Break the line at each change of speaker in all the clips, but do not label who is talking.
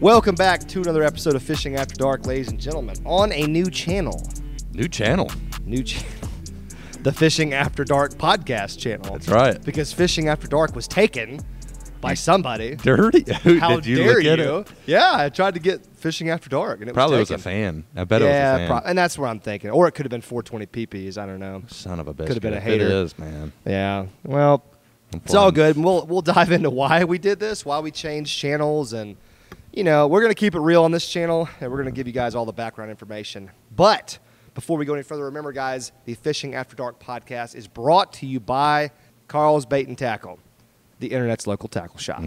Welcome back to another episode of Fishing After Dark, ladies and gentlemen, on a new channel.
New channel.
New channel. The Fishing After Dark podcast channel.
That's right.
Because Fishing After Dark was taken by somebody.
Dirty.
How
Did you
dare
look at
you?
it?
Yeah, I tried to get Fishing After Dark, and it
Probably
was
was a
taken.
fan. I bet
yeah,
it was a fan.
prob- and that's what I'm thinking. Or it could have been 420 PPs. I don't know.
Son of a bitch.
Could've been a
It
hater.
is, man.
Yeah. Well,
I'm
it's all
fine.
good. We'll we'll dive into why we did this, why we changed channels, and you know we're gonna keep it real on this channel, and we're gonna give you guys all the background information. But before we go any further, remember, guys, the Fishing After Dark podcast is brought to you by Carl's Bait and Tackle, the internet's local tackle shop.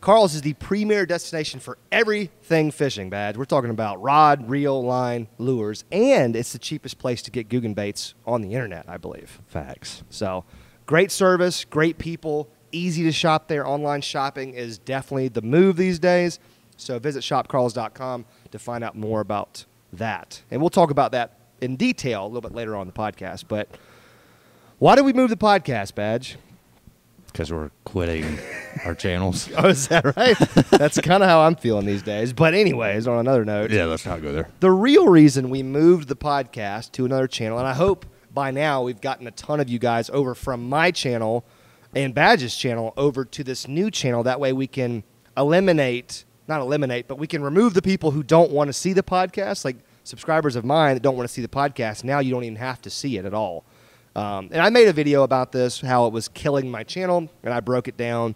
Carl's is the premier destination for everything fishing, Badge. We're talking about rod, reel, line, lures, and it's the cheapest place to get Guggen baits on the internet, I believe.
Facts.
So great service, great people, easy to shop there. Online shopping is definitely the move these days. So visit shopcarls.com to find out more about that. And we'll talk about that in detail a little bit later on in the podcast. But why did we move the podcast, Badge?
Because we're quitting our channels.
Oh, is that right? That's kind of how I'm feeling these days. But, anyways, on another note,
Yeah, let's not go there.
the real reason we moved the podcast to another channel, and I hope by now we've gotten a ton of you guys over from my channel and Badge's channel over to this new channel. That way we can eliminate, not eliminate, but we can remove the people who don't want to see the podcast, like subscribers of mine that don't want to see the podcast. Now you don't even have to see it at all. Um, and I made a video about this, how it was killing my channel, and I broke it down.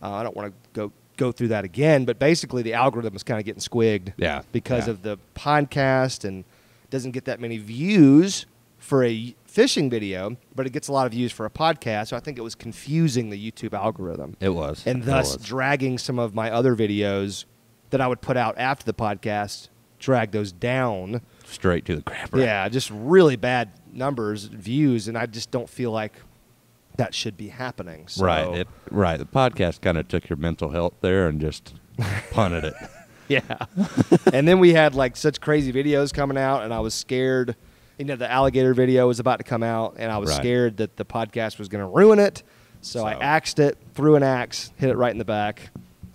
Uh, I don't want to go go through that again, but basically the algorithm is kind of getting squigged
Yeah,
because
yeah.
of the podcast and doesn't get that many views for a fishing video, but it gets a lot of views for a podcast. So I think it was confusing the YouTube algorithm
It was.
and
It
thus
was.
dragging some of my other videos that I would put out after the podcast, drag those down.
straight to the crapper.
Yeah, just really bad numbers, views, and I just don't feel like that should be happening. So,
Right. It, right. The podcast kind of took your mental health there and just punted it.
Yeah. and then we had like such crazy videos coming out, and I was scared. You know, the alligator video was about to come out, and I was
Right.
scared that the podcast was going to ruin it. So, I
So-
axed it, threw an axe, hit it right in the back.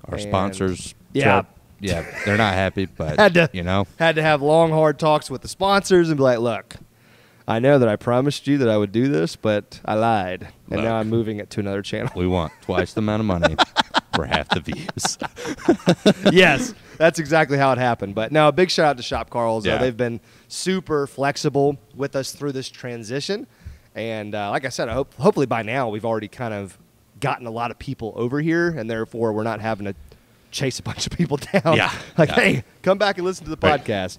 Our
and
sponsors.
Yeah.
tried- yeah. They're not happy, but
Had to-
you know.
Had to have long, hard talks with the sponsors and be like, look, I know that I promised you that I would do this, but I lied. And
Look.
now I'm moving it to another channel.
We want twice the amount of money for half the views.
Um, yes, that's exactly how it happened. But now, a big shout out to Shop Carl's. Uh,
Yeah.
they've been super flexible with us through this transition, and uh, like I said, I hope hopefully by now we've already kind of gotten a lot of people over here, and therefore we're not having to chase a bunch of people down.
Yeah.
like
Yeah.
hey, come back and listen to the
Right.
podcast.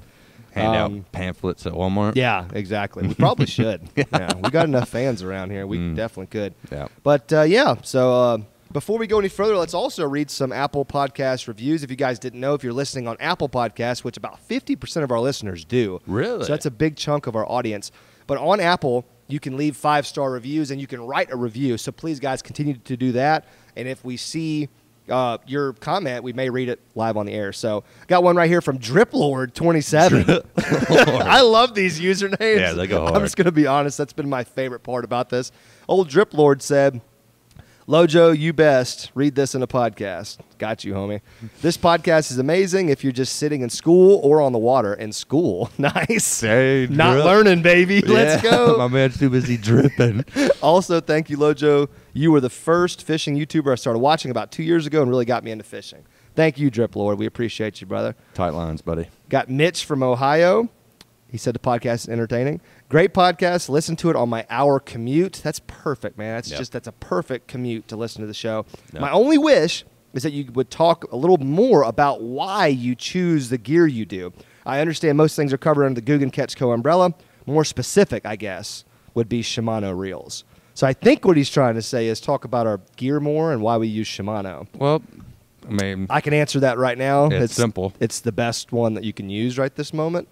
Um,
Hand out pamphlets at Walmart.
Yeah, exactly. We probably should. yeah, we got enough fans around here. We definitely could.
Yeah.
But uh, yeah, so uh, before we go any further, let's also read some Apple Podcast reviews. If you guys didn't know, if you're listening on Apple Podcasts, which about 50% of our listeners do.
Really?
So that's a big chunk of our audience. But on Apple, you can leave five star reviews and you can write a review. So please, guys, continue to do that. And if we see uh, your comment, we may read it live on the air. So got one right here from Drip Lord 27 I love these usernames.
Yeah, they go
I'm
hard.
just gonna be honest. That's been my favorite part about this. Old Drip Lord said, "Lojo, you best read this in a podcast." Got you, homie. This podcast is amazing if you're just sitting in school or on the water. In school, nice.
Hey,
Not
Drip.
learning, baby. Let's
Yeah,
go.
My man's too busy dripping.
Also, thank you, Lojo. You were the first fishing YouTuber I started watching about two years ago and really got me into fishing. Thank you, Drip Lord. We appreciate you, brother.
Tight lines, buddy.
Got Mitch from Ohio. He said the podcast is entertaining. Great podcast. Listen to it on my hour commute. That's perfect, man. That's
Yep.
just that's a perfect commute to listen to the show.
Yep.
My only wish is that you would talk a little more about why you choose the gear you do. I understand most things are covered under the Guggen Catch Co. umbrella. More specific, I guess, would be Shimano reels. So I think what he's trying to say is talk about our gear more and why we use Shimano.
Well, I mean,
I can answer that right now.
It's simple.
It's the best one that you can use right this moment.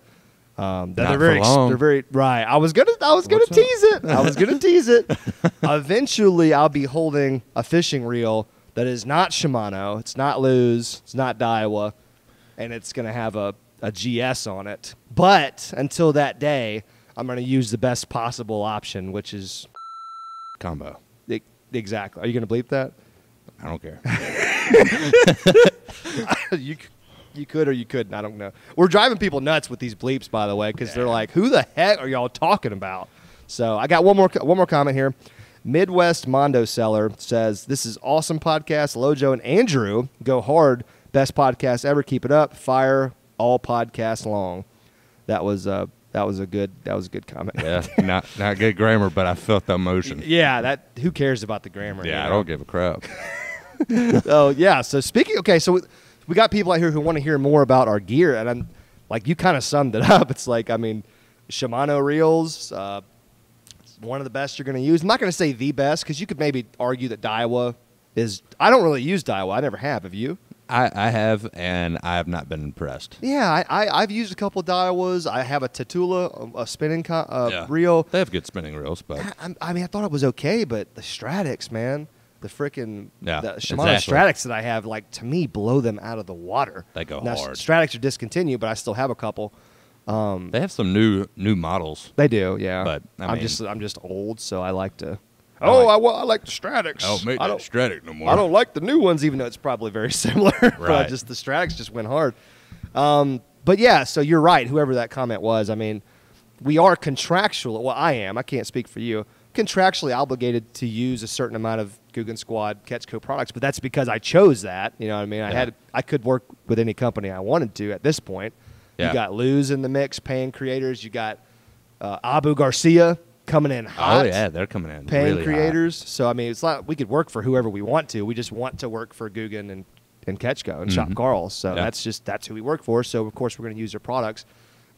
Um, they're,
Not
they're very,
for
ex-
long.
they're very right. I was gonna, I was gonna
What's up?
tease it. I was gonna tease it. Eventually, I'll be holding a fishing reel that is not Shimano. It's not Luz. It's not Daiwa, and it's gonna have a a GS on it. But until that day, I'm gonna use the best possible option, which is
combo.
e- exactly. Are you gonna bleep that?
I don't care.
you, c- You could or you couldn't. I don't know. We're driving people nuts with these bleeps, by the way, because they're like, "Who the heck are y'all talking about?" So I got one more one more comment here. Midwest Mondo Seller says, "This is awesome podcast. Lojo and Andrew go hard. Best podcast ever. Keep it up. Fire all podcasts long." That was uh, that was a good that was a good comment.
Yeah, not not good grammar, but I felt the emotion.
Yeah, that who cares about the grammar? you
Yeah, I
know?
don't give a crap.
Oh yeah. So speaking, okay, so we, we got people out here who want to hear more about our gear, and I'm like, you kind of summed it up. It's like, I mean, Shimano reels, uh, it's one of the best you're going to use. I'm not going to say the best because you could maybe argue that Daiwa is. I don't really use Daiwa. I never have. Have you?
I, I have, and I have not been impressed.
Yeah, I, I I've used a couple Daiwas. I have a Tatula, a, a spinning co- uh,
Yeah.
reel.
They have good spinning reels, but
I, I'm- I mean, I thought it was okay, but the Stratix, man, the freaking
Yeah,
the Shimano
exactly.
Stratix that I have, like to me, blow them out of the water.
They go
now,
hard.
Stratix are discontinued, but I still have a couple.
they have some new new models.
They do, yeah.
But, I
am
mean-
just I'm just old, so I like to.
I
oh,
like-
I, wa- I like the Stratix.
Oh,
I don't,
Stratic no more.
I don't like the new ones, even though it's probably very similar. but I
Right.
just the Stratix just went hard. Um, but yeah, so you're right. Whoever that comment was, I mean, we are contractual. Well, I am. I can't speak for you. Contractually obligated to use a certain amount of Guggen Squad Ketchco products, but that's because I chose that. You know what I mean? I
Yeah.
had I could work with any company I wanted to at this point. You
Yeah.
got Luz in the mix, paying creators. You got uh, Abu Garcia coming in
Oh
hot
yeah, they're coming in
paying
really hot.
creators. So I mean, it's not we could work for whoever we want to. We just want to work for Guggen and and Ketchko and Shop Carl. So
Yeah.
that's just that's who we work for. So of course we're going to use their products.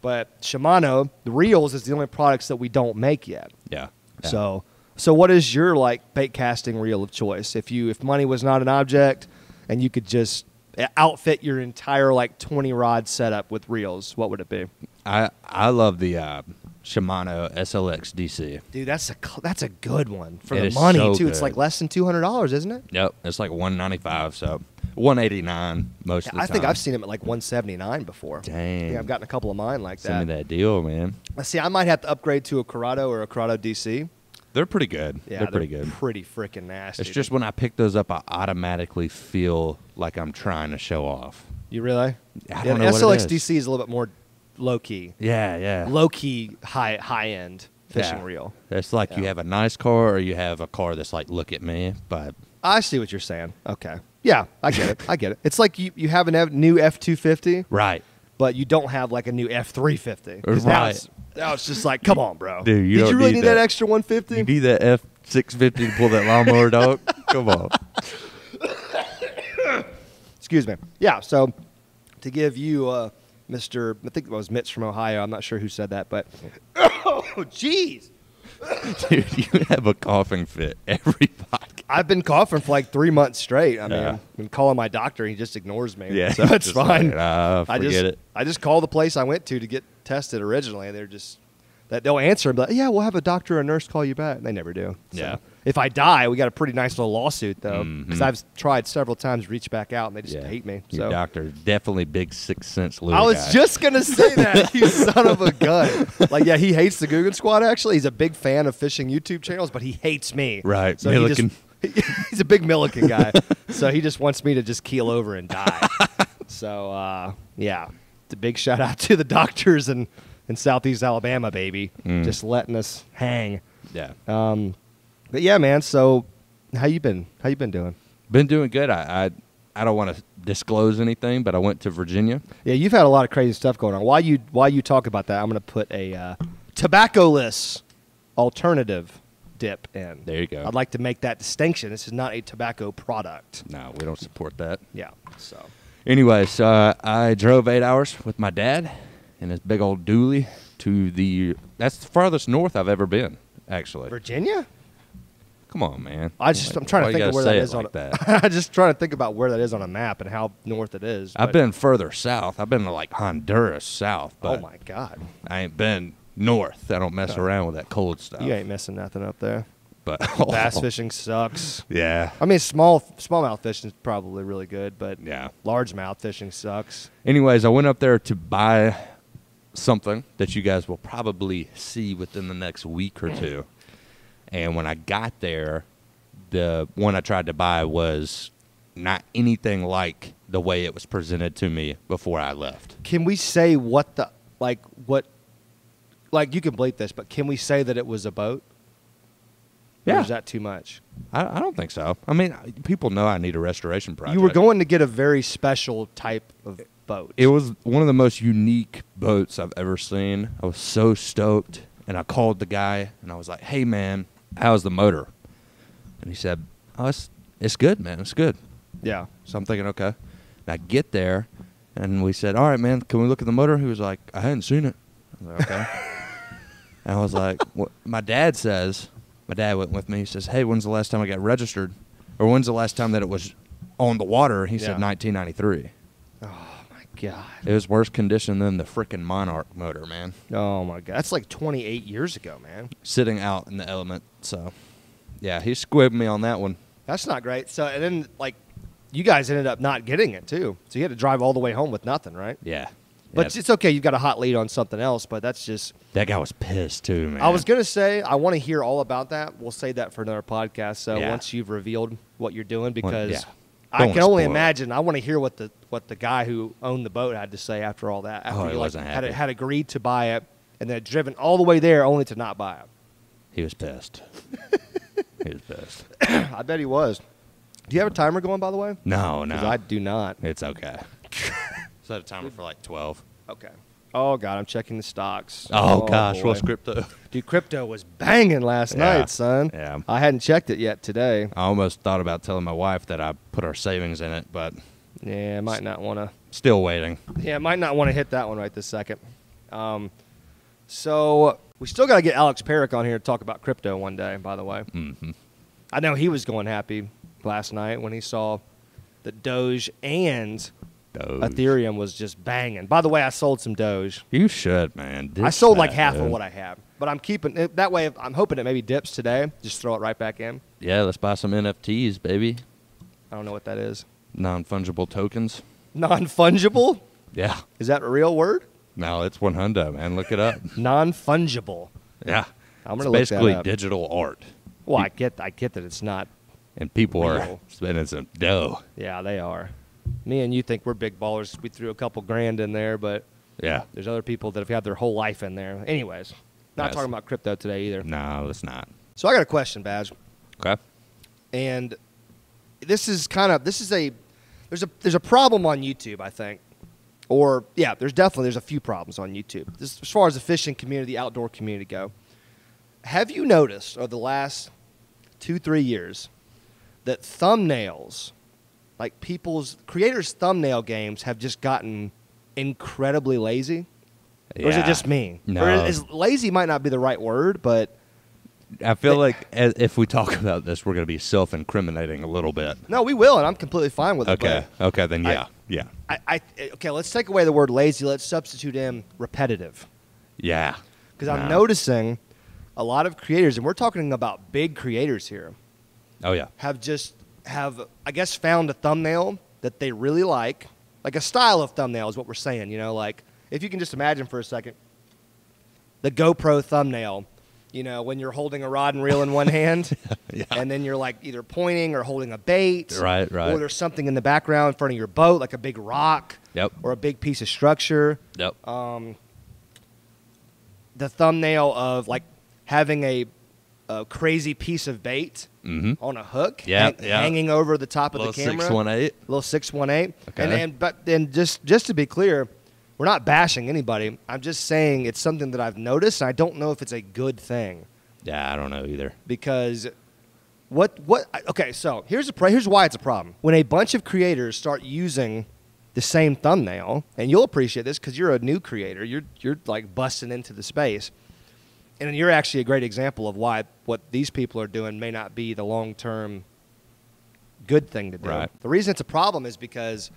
But Shimano, the reels is the only products that we don't make yet.
Yeah. yeah.
So so what is your like bait casting reel of choice? If you if money was not an object and you could just eh, outfit your entire like 20 rod setup with reels, what would it be?
I I love the uh, Shimano SLX DC.
Dude, that's a cl- that's a good one for
It
the
is
money
so
too. It's
good.
like less than $200, isn't it?
Yep, it's like 195, so 189 most of the
I
time.
think I've seen him at like 179 before.
Dang.
Yeah, I've gotten a couple of mine like
Send
that.
me that deal, man.
Let's See, I might have to upgrade to a Corrado or a Corrado DC.
They're pretty good.
Yeah,
they're pretty good.
Pretty freaking nasty.
It's just when I pick those up, I automatically feel like I'm trying to show off.
you really.
I
yeah,
don't know what it
SLX
is.
DC is a little bit more low key,
Yeah, yeah.
low key high high end fishing
Yeah.
reel.
It's like you
Yeah.
have a nice car or you have a car that's like, look at me. But
I see what you're saying. Okay. Yeah, I get it. I get it. It's like you, you have a new F two fifty,
right,
but you don't have like a new F three fifty. Now
Right.
it's, now it's just like, come on, bro.
Dude,
Did
you
you
don't
really
need
need that,
that.
extra one fifty?
you need that F six fifty to pull that lawnmower, dog. Come on.
excuse me. Yeah, so to give you, uh, Mr. I think it was Mitch from Ohio. I'm not sure who said that, but oh, jeez,
Dude, you have a coughing fit every podcast.
I've been coughing for like three months straight. I mean,
Yeah.
I've been calling my doctor. He just ignores me.
Yeah,
so it's
just
fine.
like, ah,
I just
forget it.
I just call the place I went to to get tested originally. They're just that they'll answer and be like, yeah, we'll have a doctor or nurse call you back. They never do. So
Yeah.
If I die, we got a pretty nice little lawsuit though, because
Mhm.
I've tried several times to reach back out and they just hate me.
Your
so
doctor definitely big six cents loser.
I was
guy.
just gonna say that you son of a gun. Like, yeah, he hates the Guggen Squad. Actually, he's a big fan of fishing YouTube channels, but he hates me.
Right,
so he
Milliken.
just- he's a big Milliken guy, so he just wants me to just keel over and die. so uh, yeah, the big shout out to the doctors in in Southeast Alabama, baby,
Mm.
just letting us hang.
yeah.
Um, but yeah, man. So how you been? How you been doing?
Been doing good. I I, I don't want to disclose anything, but I went to Virginia.
Yeah, you've had a lot of crazy stuff going on. While you while you talk about that, I'm going to put a uh, tobacco-less alternative dip in.
There you go.
I'd like to make that distinction. This is not a tobacco product.
No, we don't support that.
Yeah. So
Anyway, so uh, I drove eight hours with my dad in his big old dually to the. That's the farthest north I've ever been, actually.
Virginia.
Come on, man.
I just I'm trying
why
to
you
think of
gotta
where that
say it
is on.
like
a-
that.
I'm just trying to think about where that is on a map and how north it is.
I've
but-
been further south. I've been to like Honduras south,
Oh
but
my god,
I ain't been north. I don't mess around with that cold stuff.
you ain't missing nothing up there.
But
Bass fishing sucks.
Yeah.
I mean, small smallmouth fishing is probably really good, but
Yeah.
largemouth fishing sucks.
Anyways, I went up there to buy something that you guys will probably see within the next week or two. And when I got there, the one I tried to buy was not anything like the way it was presented to me before I left.
Can we say what the like what like you can bleep this, but can we say that it was a boat? Or
Yeah.
is that too much?
I, I don't think so. I mean, people know I need a restoration project.
You were going to get a very special type of boat.
It was one of the most unique boats I've ever seen. I was so stoked, and I called the guy, and I was like, "Hey, man, how's the motor?" And he said, "Oh, it's it's good, man. It's good."
yeah.
So I'm thinking, okay. And I get there, and we said, all right, man, can we look at the motor? He was like, I hadn't seen it. I was like, okay. and I was like, what? my dad says, my dad went with me. He says, hey, when's the last time I got registered? Or when's the last time that it was on the water? He said,
Yeah.
1993.
Oh my god.
It was worse condition than the freaking Monarch motor, man.
Oh my god. That's like 28 years ago, man.
Sitting out in the element. So, yeah, he squibbed me on that one.
That's not great. So and then like you guys ended up not getting it too. So you had to drive all the way home with nothing, right?
Yeah.
But
Yeah.
it's okay. You've got a hot lead on something else, but that's just
that guy was pissed too, man.
I was gonna say I want to hear all about that. We'll save that for another podcast. So
Yeah.
once you've revealed what you're doing, because
yeah.
I
Don't
can only
spoil it.
imagine. I want to hear what the what the guy who owned the boat had to say after all that. After
Oh, he
you, like,
wasn't
had,
happy.
had agreed to buy it and then driven all the way there only to not buy it.
He was pissed. he was pissed.
I bet he was. Do you have a timer going by the way?
No, no.
'Cause I do not.
it's okay. Set a timer for like 12.
Okay. Oh god, I'm checking the stocks.
Oh, gosh,
boy.
what's crypto?
Dude, crypto was banging last
Yeah.
night, son.
Yeah.
I hadn't checked it yet today.
I almost thought about telling my wife that I put our savings in it, but
Yeah, I might not want to.
still waiting.
Yeah, might not want to hit that one right this second. Um, so we still got to get Alex Perrick on here to talk about crypto one day. By the way,
hmm
I know he was going happy last night when he saw that Doge and Ethereum was just banging. By the way, I sold some Doge.
You should, man.
I sold like half of what I have, but I'm keeping it that way. I'm hoping it maybe dips today. Just throw it right back in.
Yeah, let's buy some NFTs, baby.
I don't know what that is.
Non fungible tokens.
Non fungible?
Yeah.
Is that a real word?
No, it's one hundo, man. Look it up.
Non fungible.
yeah.
I'm gonna look
It's
that
basically
up.
digital art,
Well, I get, I get that it's not
and people are
Real.
spending some dough.
Yeah, they are. Me and you think we're big ballers. We threw a couple grand in there, but
Yeah.
there's other people that have had their whole life in there. Anyways, not
Yes. Mm.
talking about crypto today either.
No, it's not.
So I got a question, Badge,
Okay.
and this is kind of this is a there's a there's a problem on YouTube, I think. Or yeah, there's definitely there's a few problems on YouTube. This, as far as the fishing community, outdoor community go. Have you noticed over the last 2-3 years that thumbnails like people's creators thumbnail games have just gotten incredibly lazy or is it
Yeah.
just me
No.
or is lazy might not be the right word but
I feel like as, if we talk about this, we're going to be self-incriminating a little bit.
no we will and i'm completely fine with it
Okay.
but
Okay. Then
I-
yeah. yeah.
I, I okay. Let's take away the word lazy. Let's substitute in repetitive
Yeah.
because I'm
No.
noticing a lot of creators, and we're talking about big creators here,
Oh yeah.
have just have I guess found a thumbnail that they really like, like a style of thumbnail is what we're saying. You know, like if you can just imagine for a second, the GoPro thumbnail. You know, when you're holding a rod and reel in one hand,
Yeah.
and then you're like either pointing or holding a bait,
Right, right.
Or there's something in the background in front of your boat, like a big rock,
Yep.
or a big piece of structure.
Yep.
Um, the thumbnail of like having a, a crazy piece of bait
Mhm.
on a hook,
Yeah,
hang-
yeah.
hanging over the top
Little
of the camera,
six one eight.
little six one eight. And,
Okay.
and but then just just to be clear, we're not bashing anybody. I'm just saying it's something that I've noticed, and I don't know if it's a good thing
Yeah, I don't know either.
because what what I- okay so here's a pro- here's why it's a problem when a bunch of creators start using the same thumbnail and you'll appreciate this because you're a new creator you're you're like busting into the space and you're actually a great example of why what these people are doing may not be the long term good thing to do
Right.
the reason it's a problem is because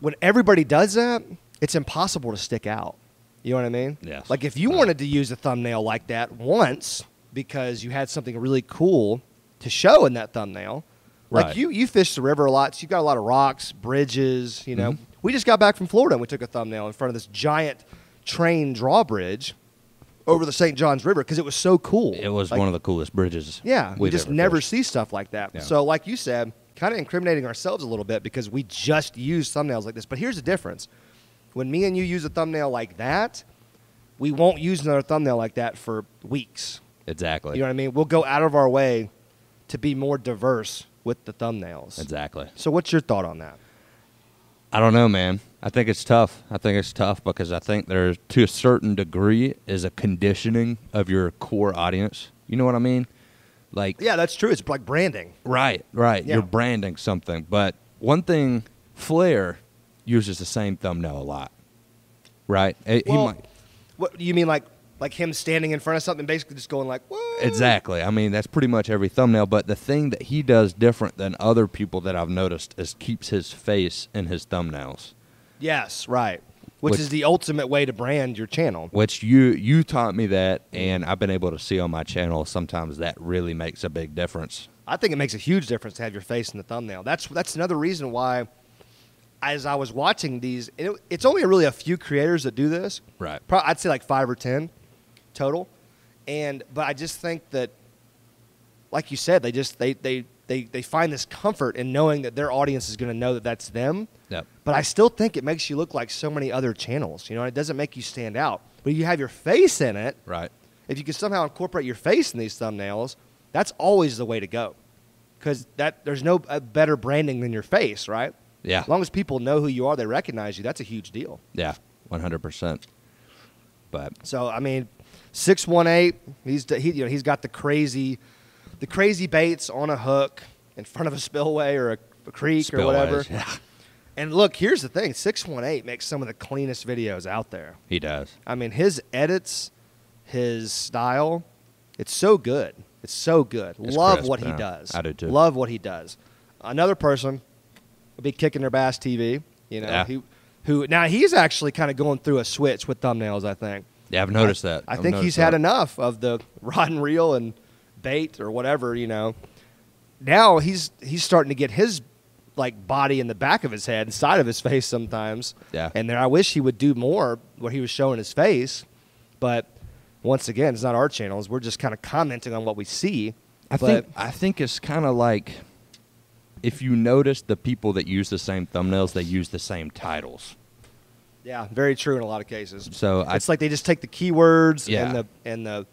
when everybody does that it's impossible to stick out you know what i mean
Yes.
like if you
Right.
wanted to use a thumbnail like that once because you had something really cool to show in that thumbnail, like
Right.
you you fish the river a lot, so you got a lot of rocks, bridges. You
Mm-hmm.
know, we just got back from Florida and we took a thumbnail in front of this giant train drawbridge over the St. Johns River because it was so cool.
It was
Like,
one of the coolest bridges.
yeah. We
we've
just
ever
never
fished.
see stuff like that.
Yeah.
So like you said, kind of incriminating ourselves a little bit because we just use thumbnails like this. But here's the difference: when me and you use a thumbnail like that, we won't use another thumbnail like that for weeks.
Exactly.
You know what I mean? We'll go out of our way to be more diverse with the thumbnails.
Exactly.
So, what's your thought on that?
I don't know, man. I think it's tough. I think it's tough because I think there, to a certain degree, is a conditioning of your core audience. You know what I mean? Like,
Yeah, that's true. It's like branding.
right, right.
Yeah.
You're branding something. But one thing, Flair uses the same thumbnail a lot, right? Eh, he
Well,
might,
What you mean, like like him standing in front of something, basically just going like, "Whoa!"
Exactly. I mean, that's pretty much every thumbnail. But the thing that he does different than other people that I've noticed is keeps his face in his thumbnails,
Yes, right. Which,
Which-
is the ultimate way to brand your channel.
which you you taught me that, and I've been able to see on my channel. Sometimes that really makes a big difference.
I think it makes a huge difference to have your face in the thumbnail. That's that's another reason why, as I was watching these, and it, it's only really a few creators that do this.
Right.
Pro- I'd say like five or ten total, and but I just think that, like you said, they just they they they they find this comfort in knowing that their audience is going to know that that's them.
Yep.
But I still think it makes you look like so many other channels. You know, it doesn't make you stand out. But you have your face in it.
Right.
If you can somehow incorporate your face in these thumbnails, that's always the way to go. Because that there's no uh, better branding than your face, right?
Yeah.
As long as people know who you are, they recognize you. That's a huge deal.
Yeah. One hundred percent. But
So I mean, six one eight. He's he you know he's got the crazy, the crazy baits on a hook in front of a spillway or a, a creek or whatever.
spillways, Yeah.
And look, here's the thing: six one eight makes some of the cleanest videos out there.
He does.
I mean, his edits, his style, it's so good. It's so good.
It's
Love
crisp,
what he
yeah.
does.
I do too.
Love what he does. Another person would be kicking their bass TV. You know,
Yeah.
he, who now he's actually kind of going through a switch with thumbnails. I think.
Yeah, I've noticed that.
I
I've
think he's
noticed
had
that.
enough of the rod and reel and bait or whatever, you know. Now he's he's starting to get his like body in the back of his head, inside of his face sometimes.
Yeah.
And there I wish he would do more where he was showing his face, but once again, it's not our channels. We're just kind of commenting on what we see.
I
but
think I think it's kind of like if you notice the people that use the same thumbnails, they use the same titles.
yeah, very true in a lot of cases.
So I
it's like they just take the keywords
Yeah.
and the and the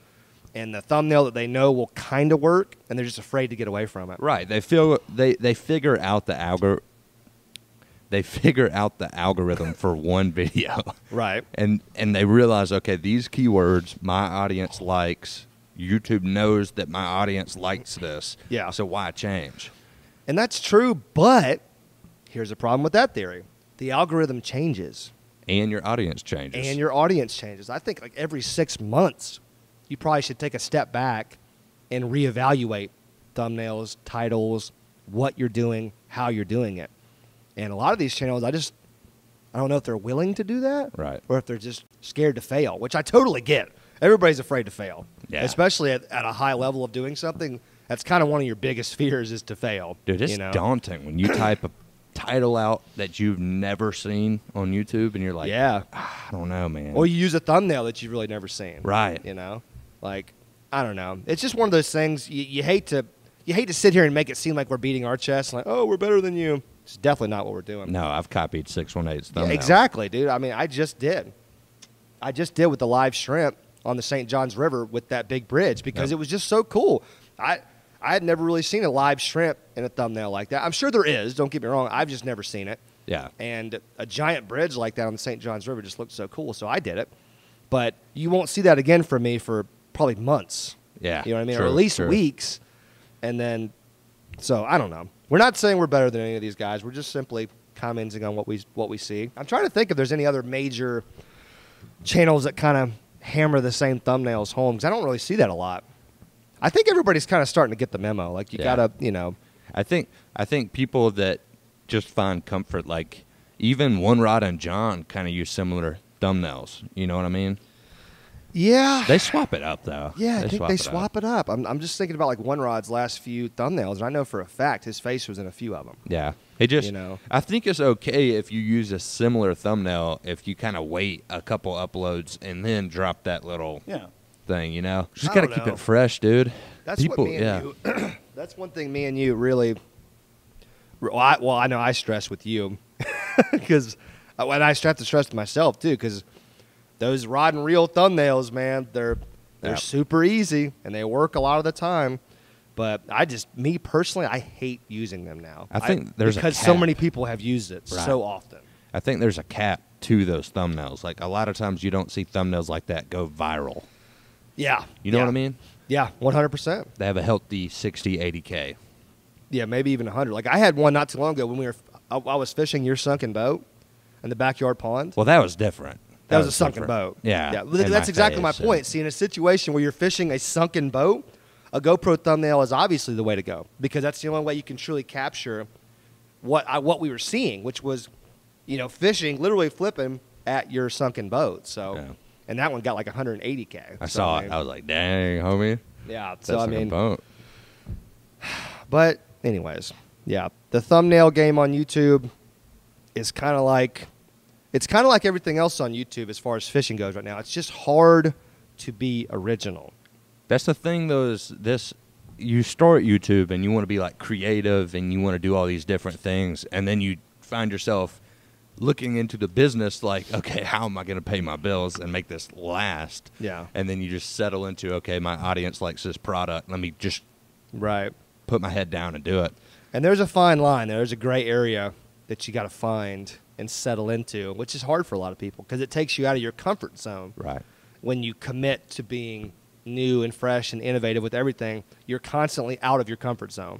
and the thumbnail that they know will kind of work, and they're just afraid to get away from it.
right they feel they they figure out the algor they figure out the algorithm for one video
Right.
and and they realize okay these keywords my audience likes YouTube knows that my audience likes this
Yeah.
so why change
And that's true, but here's a problem with that theory. The algorithm changes
and your audience changes
and your audience changes. I think like every 6 months you probably should take a step back and reevaluate thumbnails, titles, what you're doing, how you're doing it. And a lot of these channels I just I don't know if they're willing to do that
Right.
or if they're just scared to fail, which I totally get. Everybody's afraid to fail.
Yeah.
Especially at, at a high level of doing something. That's kind of one of your biggest fears is to fail.
dude it's
you know?
daunting when you type a title out that you've never seen on YouTube and you're like "Ah,
yeah.
I don't know man
Or you use a thumbnail that you've really never seen.
Right.
You know, like I don't know. It's just one of those things you, you hate to you hate to sit here and make it seem like we're beating our chest. Like, oh, we're better than you. It's definitely not what we're doing.
no I've copied 618's
Yeah,
thumbnail
exactly, dude. I mean, I just did. I just did with the live shrimp on the St. Johns River with that big bridge because
Yep.
it was just so cool. I I had never really seen a live shrimp in a thumbnail like that. I'm sure there is. Don't get me wrong. I've just never seen it.
yeah
And a giant bridge like that on the St. Johns River just looked so cool, so I did it. But you won't see that again from me for probably months.
Yeah,
You know what I mean? or
true,
at least
true.
weeks. And then, so I don't know. We're not saying we're better than any of these guys. We're just simply commenting on what we what we see. I'm trying to think if there's any other major channels that kind of hammer the same thumbnails home because I don't really see that a lot. I think everybody's kind of starting to get the memo. Like you
Yeah.
gotta, you know,
I think I think people that just find comfort, like even One Rod and John, kind of use similar thumbnails. You know what I mean?
yeah.
They swap it up though.
Yeah, I think they
up.
swap it up. I'm, I'm just thinking about like One Rod's last few thumbnails, and I know for a fact his face was in a few of them.
Yeah, it just
You know.
I think it's okay if you use a similar thumbnail if you kind of wait a couple uploads and then drop that little
Yeah.
thing. You know, just
I
gotta
don't
keep
know.
it fresh, dude.
That's
People,
what me and
yeah,
you. that's one thing me and you really Well, I, well, I know I stress with you because, and I have to stress to myself too because those rod and reel thumbnails, man, they're they're
Yep.
super easy and they work a lot of the time. But I just, me personally, I hate using them now.
I think there's a
because so
cap.
many people have used it
Right.
so often.
I think there's a cap to those thumbnails. Like a lot of times you don't see thumbnails like that go viral.
Yeah,
You know
Yeah.
what I mean?
Yeah, one hundred percent.
They have a healthy 60, 80K.
Yeah, maybe even 100. Like I had one not too long ago when we were I, I was fishing your sunken boat in the backyard pond.
Well, that was different.
that, was a sunken
different.
boat.
Yeah.
Yeah,
in
that's exactly my
face, and-
point. See, in a situation where you're fishing a sunken boat, a GoPro thumbnail is obviously the way to go because that's the only way you can truly capture what I, what we were seeing, which was, you know, fishing literally flipping at your sunken boat. So,
Yeah.
and that one got like 180k.
I
So,
saw it.
mean,
I was like, dang, homie.
yeah.
That's
So I
like a
mean,
boat.
But anyways, yeah, the thumbnail game on YouTube is kind of like it's kind of like everything else on YouTube as far as fishing goes right now. It's just hard to be original.
That's the thing, though, is this you start YouTube and you want to be like creative and you want to do all these different things, and then you find yourself looking into the business like, okay, how am I going to pay my bills and make this last?
Yeah.
And then you just settle into, okay, my audience likes this product. Let me just
Right.
put my head down and do it.
And there's a fine line. There's a gray area that you got to find and settle into, which is hard for a lot of people because it takes you out of your comfort zone.
Right.
When you commit to being new and fresh and innovative with everything, you're constantly out of your comfort zone,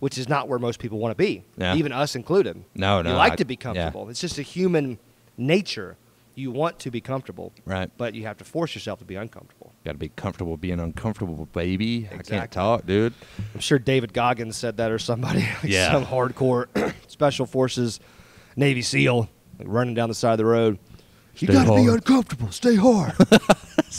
which is not where most people want to be,
Yeah.
even us included.
No,
You
no,
like
I-
to be
yeah.
comfortable. It's just a human nature. You want to be comfortable,
Right.
but you have to force yourself to be uncomfortable.
Got to be comfortable being uncomfortable, baby. I
Exactly.
can't talk, dude.
I'm sure David Goggins said that or somebody, like
Yeah.
some hardcore special forces Navy SEAL like running down the side of the road. You
Stay
got to be
hard.
uncomfortable. Stay hard.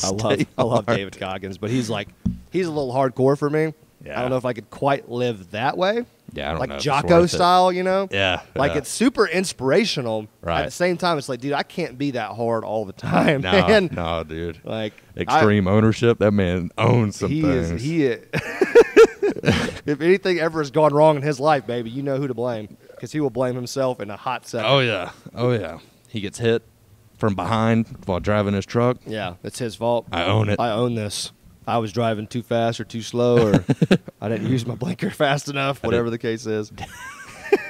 I love
Stay
I love David Goggins, but he's like he's a little hardcore for me. I
Yeah.
don't know if I could quite live that way.
Yeah, I don't
like
know if it's
Jocko
worth it.
style, you know.
Yeah,
like
yeah.
it's super inspirational. At the
Right.
same time, it's like, dude, I can't be that hard all the time,
No,
man.
no, dude.
Like I-
Extreme ownership. That man owns some
he
things.
is he. i- if anything ever has gone wrong in his life, baby, you know who to blame because he will blame himself in a hot second.
Oh yeah, oh yeah. He gets hit from behind while driving his truck.
Yeah, it's his fault.
I own it.
I own this. I was driving too fast or too slow, or I didn't use my blinker fast enough. Whatever the case is.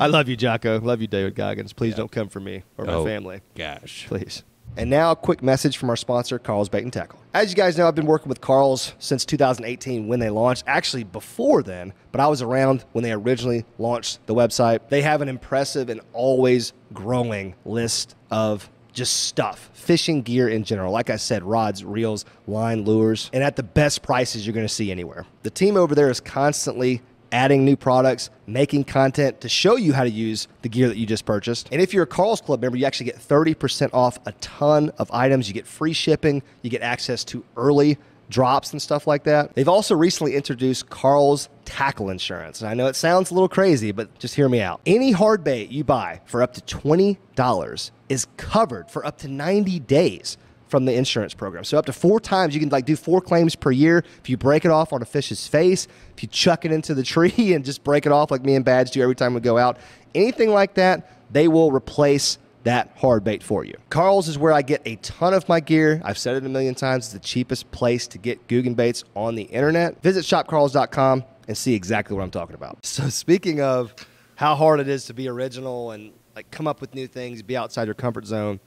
I love you, Jocko. Love you, David Goggins. Please don't come for me or my
Oh,
family.
Gosh.
please. And now, a quick message from our sponsor, Carl's Bait and Tackle. As you guys know, I've been working with Carl's since 2018 when they launched. Actually, before then, but I was around when they originally launched the website. They have an impressive and always growing list of just stuff, fishing gear in general. Like I said, rods, reels, line, lures, and at the best prices you're going to see anywhere. The team over there is constantly adding new products, making content to show you how to use the gear that you just purchased. And if you're a Carl's Club member, you actually get 30% off a ton of items. You get free shipping, you get access to early drops and stuff like that. They've also recently introduced Carl's Tackle Insurance. And I know it sounds a little crazy, but just hear me out. Any hard bait you buy for up to $20 is covered for up to 90 days from the insurance program. So up to four times you can like do four claims per year. If you break it off on a fish's face, if you chuck it into the tree and just break it off like me and Badge do every time we go out, anything like that, they will replace that hard bait for you. Carl's is where I get a ton of my gear. I've said it a million times, it's the cheapest place to get Guggen baits on the internet. Visit shopcarls.com and see exactly what I'm talking about. So speaking of how hard it is to be original and like come up with new things, be outside your comfort zone.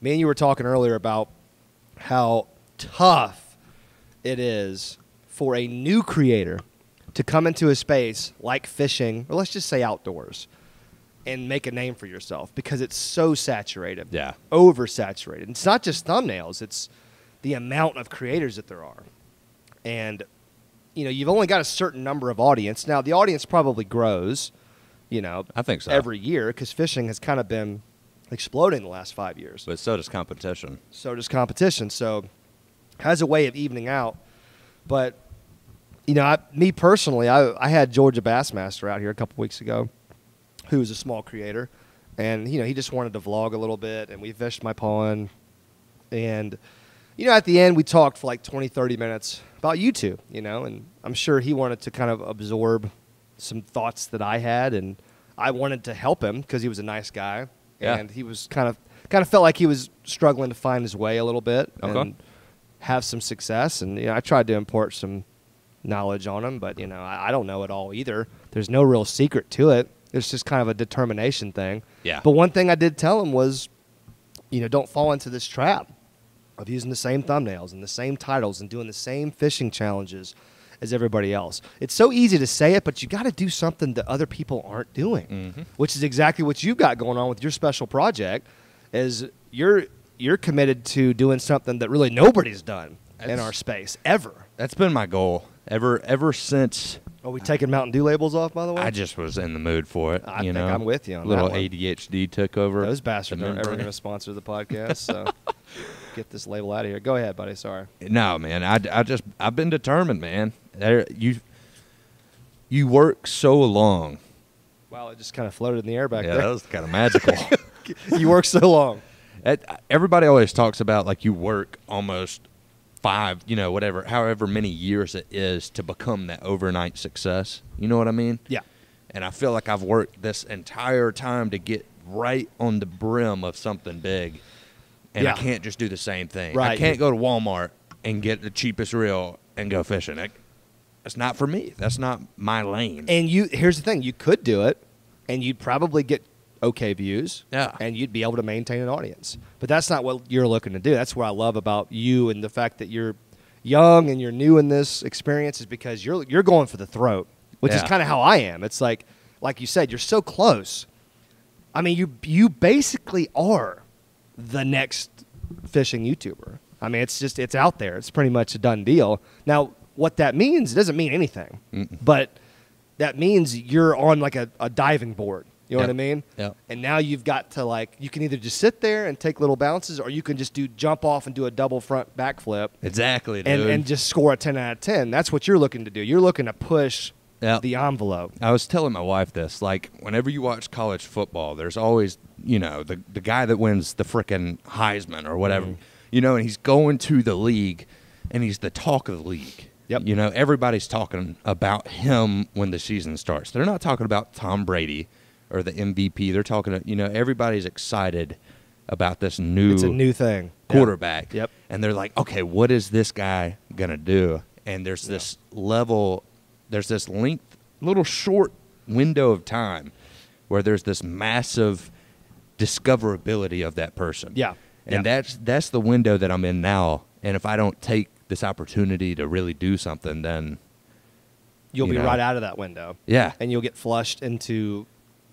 Me and you were talking earlier about how tough it is for a new creator to come into a space like fishing, or let's just say outdoors, and make a name for yourself because it's so saturated.
Yeah.
Oversaturated. And It's not just thumbnails, it's the amount of creators that there are. And you know, you've only got a certain number of audience. Now the audience probably grows, you know,
I think so.
every year because fishing has kind of been exploding the last five years
But so does competition.
so does competition. So has a way of evening out. But you know, I, me personally, I, I had Georgia Bassmaster out here a couple weeks ago, who was a small creator, and you know he just wanted to vlog a little bit, and we fished my pond, and you know at the end we talked for like 20, 30 minutes about YouTube, you know, and I'm sure he wanted to kind of absorb some thoughts that I had, and I wanted to help him because he was a nice guy,
Yeah.
and he was kind of kind of felt like he was struggling to find his way a little bit
Okay.
and have some success. And you know, I tried to import some knowledge on him, but you know, I, I don't know it all either. There's no real secret to it. It's just kind of a determination thing.
Yeah.
But one thing I did tell him was, you know, don't fall into this trap of using the same thumbnails and the same titles and doing the same fishing challenges as everybody else. It's so easy to say it, but you got to do something that other people aren't doing,
Mm-hmm.
which is exactly what you've got going on with your special project. Is you're you're committed to doing something that really nobody's done in
That's-
our space ever.
That's been my goal ever ever since
Are we taking Mountain Dew labels off, by the way?
I just was in the mood for it.
I
you
think
know?
I'm with you on that
Little
one.
ADHD took over.
Those bastards
the
aren't ever
membrane.
going to sponsor the podcast, so get this label out of here. Go ahead, buddy. Sorry.
No, man. I, I just I've been determined, man. There you you work so long.
Wow, it just kind of floated in the air back
yeah, that
there.
was kind of magical.
you work so long.
That- everybody always talks about like you work almost five, you know, whatever, however many years it is to become that overnight success. You know what I mean?
Yeah.
And I feel like I've worked this entire time to get right on the brim of something big. And
Yeah.
I can't just do the same thing. I
Right.
can't go to Walmart and get the cheapest reel and go fishing. That- That's not for me. That's not my lane.
And you here's the thing, you could do it and you'd probably get okay views.
Yeah.
And you'd be able to maintain an audience. But that's not what you're looking to do. That's what I love about you and the fact that you're young and you're new in this experience is because you're you're going for the throat, which is
Yeah.
kind of how I am. It's like like you said, you're so close. I mean, you you basically are the next fishing YouTuber. I mean, it's just it's out there. It's pretty much a done deal. Now, what that means it doesn't mean anything, but that means you're on like a, a diving board. You know what I
Yep.
mean?
Yep.
And now you've got to like you can either just sit there and take little bounces, or you can just do jump off and do a double front backflip
exactly, dude.
and, and just score a ten out of ten. That's what you're looking to do. You're looking to push
Yep.
the envelope.
I was telling my wife this. Like, whenever you watch college football, there's always, you know, the, the guy that wins the frickin' Heisman or whatever,
Mm-hmm.
you know, and he's going to the league and he's the talk of the league.
Yep.
You know, everybody's talking about him when the season starts. They're not talking about Tom Brady or the MVP. They're talking, you know, everybody's excited about this new
It's a new thing.
quarterback.
Yep.
And they're like, okay, what is this guy gonna do? And there's this level, there's this length, little short window of time where there's this massive discoverability of that person.
Yeah.
And
Yeah.
that's that's the window that I'm in now. And if I don't take this opportunity to really do something, then
You'll
you
be
know?
right out of that window.
yeah,
and you'll get flushed into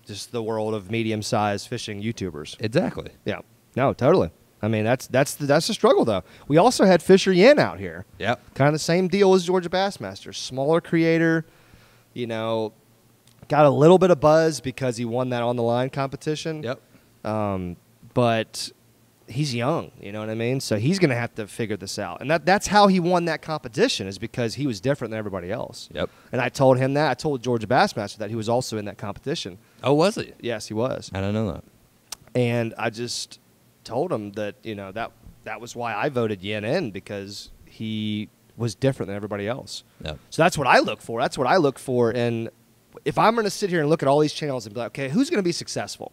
just the world of medium-sized fishing YouTubers.
exactly.
Yeah, no, totally. I mean, that's that's the, that's the struggle though. We also had Fisher Yin out here,
Yep.
kind of the same deal as Georgia Bassmaster, smaller creator, you know, got a little bit of buzz because he won that on the line competition.
Yep.
but he's young, you know what I mean? So he's going to have to figure this out. And that that's how he won that competition is because he was different than everybody else.
Yep.
And I told him that. I told Georgia Bassmaster that he was also in that competition.
Oh, was it?
Yes, he was.
I don't know that.
And I just told him that, you know, that that was why I voted Yen in because he was different than everybody else.
Yep.
So that's what I look for. That's what I look for and if I'm going to sit here and look at all these channels and be like, "Okay, who's going to be successful?"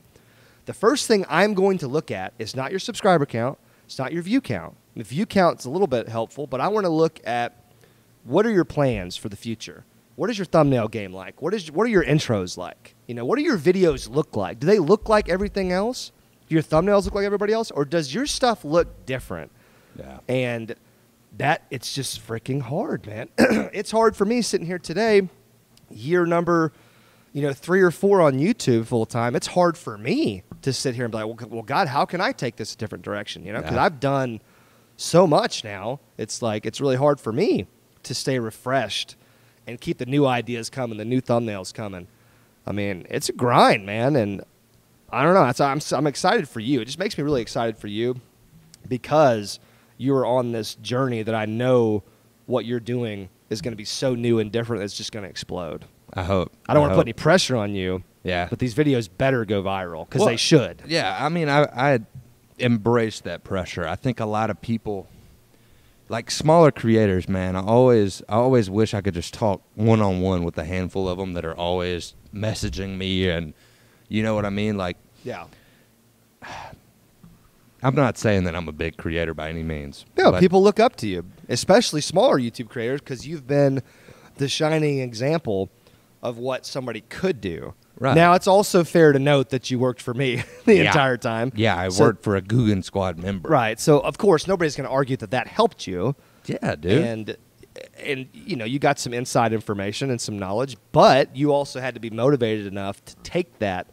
The first thing I'm going to look at is not your subscriber count, it's not your view count. The view count's a little bit helpful, but I want to look at what are your plans for the future? What is your thumbnail game like? What is what are your intros like? You know, what do your videos look like? Do they look like everything else? Do your thumbnails look like everybody else or does your stuff look different?
Yeah.
And that it's just freaking hard, man. it's hard for me sitting here today, year number, you know, three or four on YouTube full time. It's hard for me to sit here and be like, well, well God, how can I take this a different direction? You know, because
Yeah.
I've done so much now. It's like it's really hard for me to stay refreshed and keep the new ideas coming, the new thumbnails coming. I mean, it's a grind, man, and I don't know. That's, I'm I'm excited for you. It just makes me really excited for you because you are on this journey that I know what you're doing is going to be so new and different. It's just going to explode.
I hope.
I don't want to put
hope.
any pressure on you.
Yeah.
But these videos better go viral because they
Well,
should.
Yeah, I mean, I I embraced that pressure. I think a lot of people, like smaller creators, man. I always I always wish I could just talk one on one with a handful of them that are always messaging me and you know what I mean? Like
Yeah.
I'm not saying that I'm a big creator by any means.
No,
but-
people look up to you, especially smaller YouTube creators, because you've been the shining example of what somebody could do.
Right.
Now, it's also fair to note that you worked for me the
Yeah.
entire time.
Yeah, I
So-
worked for a Guggen Squad member.
Right. So, of course, nobody's going to argue that that helped you.
Yeah, dude.
And and you know, you got some inside information and some knowledge, but you also had to be motivated enough to take that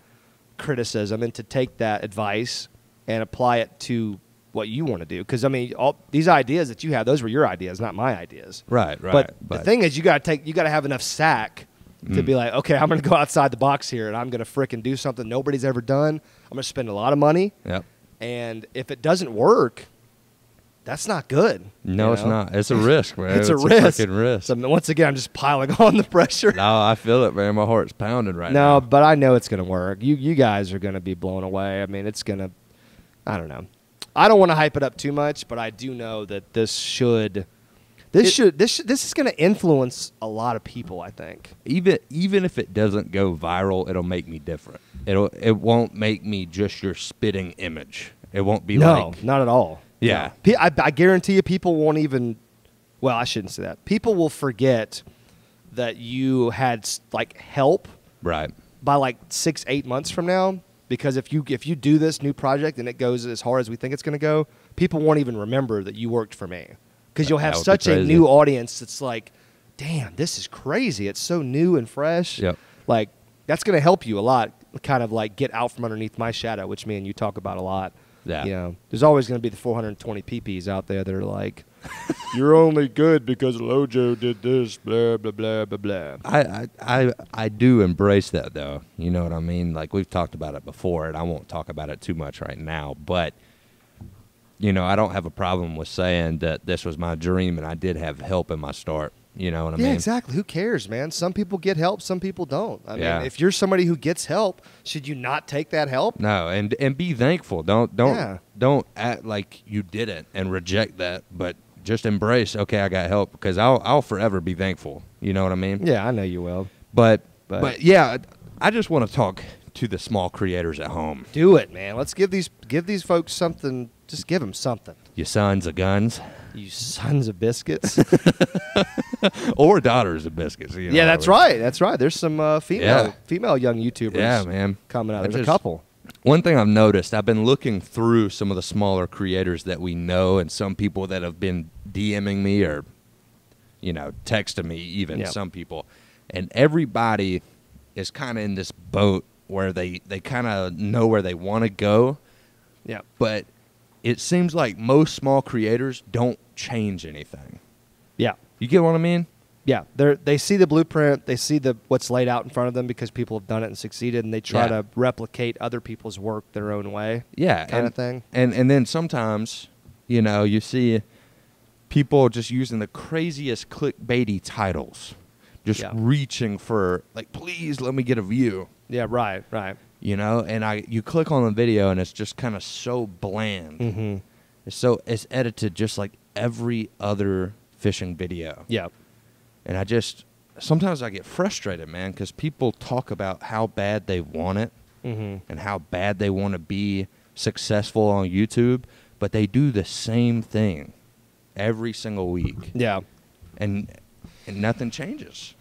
criticism and to take that advice and apply it to what you want to do because I mean, all these ideas that you have, those were your ideas, not my ideas.
right, right. Mm.
But, the thing is, you got to take, you got to have enough sack to be like, okay, I'm going to go outside the box here, and I'm going to frickin' do something nobody's ever done. I'm going to spend a lot of money,
Yep.
and if it doesn't work, that's not good.
No,
you
it's
know?
not. It's a risk, man.
It's, a risk.
fucking risk.
So once again, I'm just piling on the pressure.
no, I feel it, man. My heart's pounding right
No,
now.
but I know it's gonna work. You you guys are gonna be blown away. I mean, it's gonna. I don't know. I don't want to hype it up too much, but I do know that this should. This
It-
should this should, this is going to influence a lot of people. I think.
Even even if it doesn't go viral, it'll make me different. It'll it won't make me just your spitting image. It won't be
no,
like
not at all.
Yeah.
Pe- I, I guarantee you, people won't even. Well, I shouldn't say that. People will forget that you had s- like help
right.
by like six eight months from now because if you if you do this new project and it goes as hard as we think it's going to go people won't even remember that you worked for me because you'll have
That would be
such a
crazy.
new audience that's like damn this is crazy it's so new and fresh
Yep.
like that's going to help you a lot kind of like get out from underneath my shadow which me and you talk about a lot
Yeah.
you know there's always going to be the 420 pp's out there that are like you're only good because lojo did this blah blah blah blah blah
I, I I I do embrace that though. You know what I mean? Like we've talked about it before, and I won't talk about it too much right now. But you know, I don't have a problem with saying that this was my dream, and I did have help in my start. You know what I
yeah,
mean?
exactly. Who cares, man? Some people get help, some people don't. I
Yeah.
mean, if you're somebody who gets help, should you not take that help?
No, and and be thankful. Don't don't
Yeah.
don't act like you didn't and reject that, but just embrace. Okay, I got help because I'll I'll forever be thankful. You know what I mean?
Yeah, I know you will.
But
But-
but, yeah, I just want to talk to the small creators at home.
Do it, man. Let's give these give these folks something. Just give them something.
Your sons of guns.
You sons of biscuits.
or daughters of biscuits. you
yeah,
know,
that's
I mean.
right. That's right. There's some uh, female
Yeah.
female young YouTubers.
Yeah, man.
coming out.
I
There's
just-
a couple.
One thing I've noticed, I've been looking through some of the smaller creators that we know, and some people that have been DMing me or, you know, texting me, even
Yeah.
some people, and everybody is kind of in this boat where they they kind of know where they want to go,
Yeah,
but it seems like most small creators don't change anything.
yeah,
You get what I mean?
yeah. They they see the blueprint. They see the what's laid out in front of them because people have done it and succeeded, and they try
Yeah.
to replicate other people's work their own way.
yeah
kinda
and-
thing.
and and then sometimes you know you see people just using the craziest clickbaity titles just
Yeah.
reaching for like please let me get a view
Yeah, right, right.
you know and i you click on the video and it's just kind of so bland
Mm-hmm.
it's so it's edited just like every other fishing video
Yeah.
and i just sometimes i get frustrated man because people talk about how bad they want it
Mm-hmm.
and how bad they want to be successful on YouTube, but they do the same thing every single week,
Yeah.
and and nothing changes.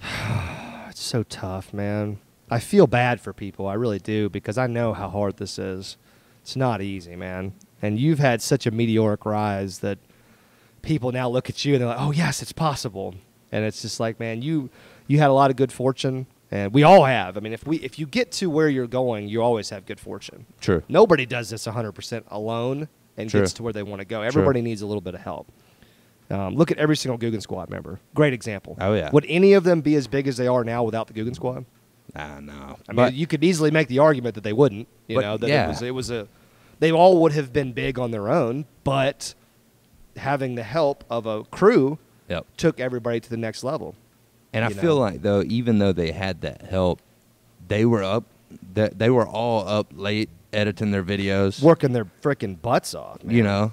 It's so tough, man. I feel bad for people. I really do because I know how hard this is. It's not easy, man. And you've had such a meteoric rise that people now look at you and they're like, "Oh, yes, it's possible." And it's just like, man, you you had a lot of good fortune, and we all have. I mean, if we if you get to where you're going, you always have good fortune.
True.
Nobody does this 100% alone and
True.
gets to where they want to go. Everybody needs a little bit of help. Um, look at every single Guggen Squad member. Great example.
Oh, yeah.
Would any of them be as big as they are now without the Guggen Squad?
I know.
I mean, you could easily make the argument that they wouldn't. You
But,
know, that it
yeah.
was it was a they all would have been big on their own, but having the help of a crew
yep.
took everybody to the next level.
And I
you know.
feel like though, even though they had that help, they were up. That they were all up late editing their videos.
Working their freaking butts off, man.
You know,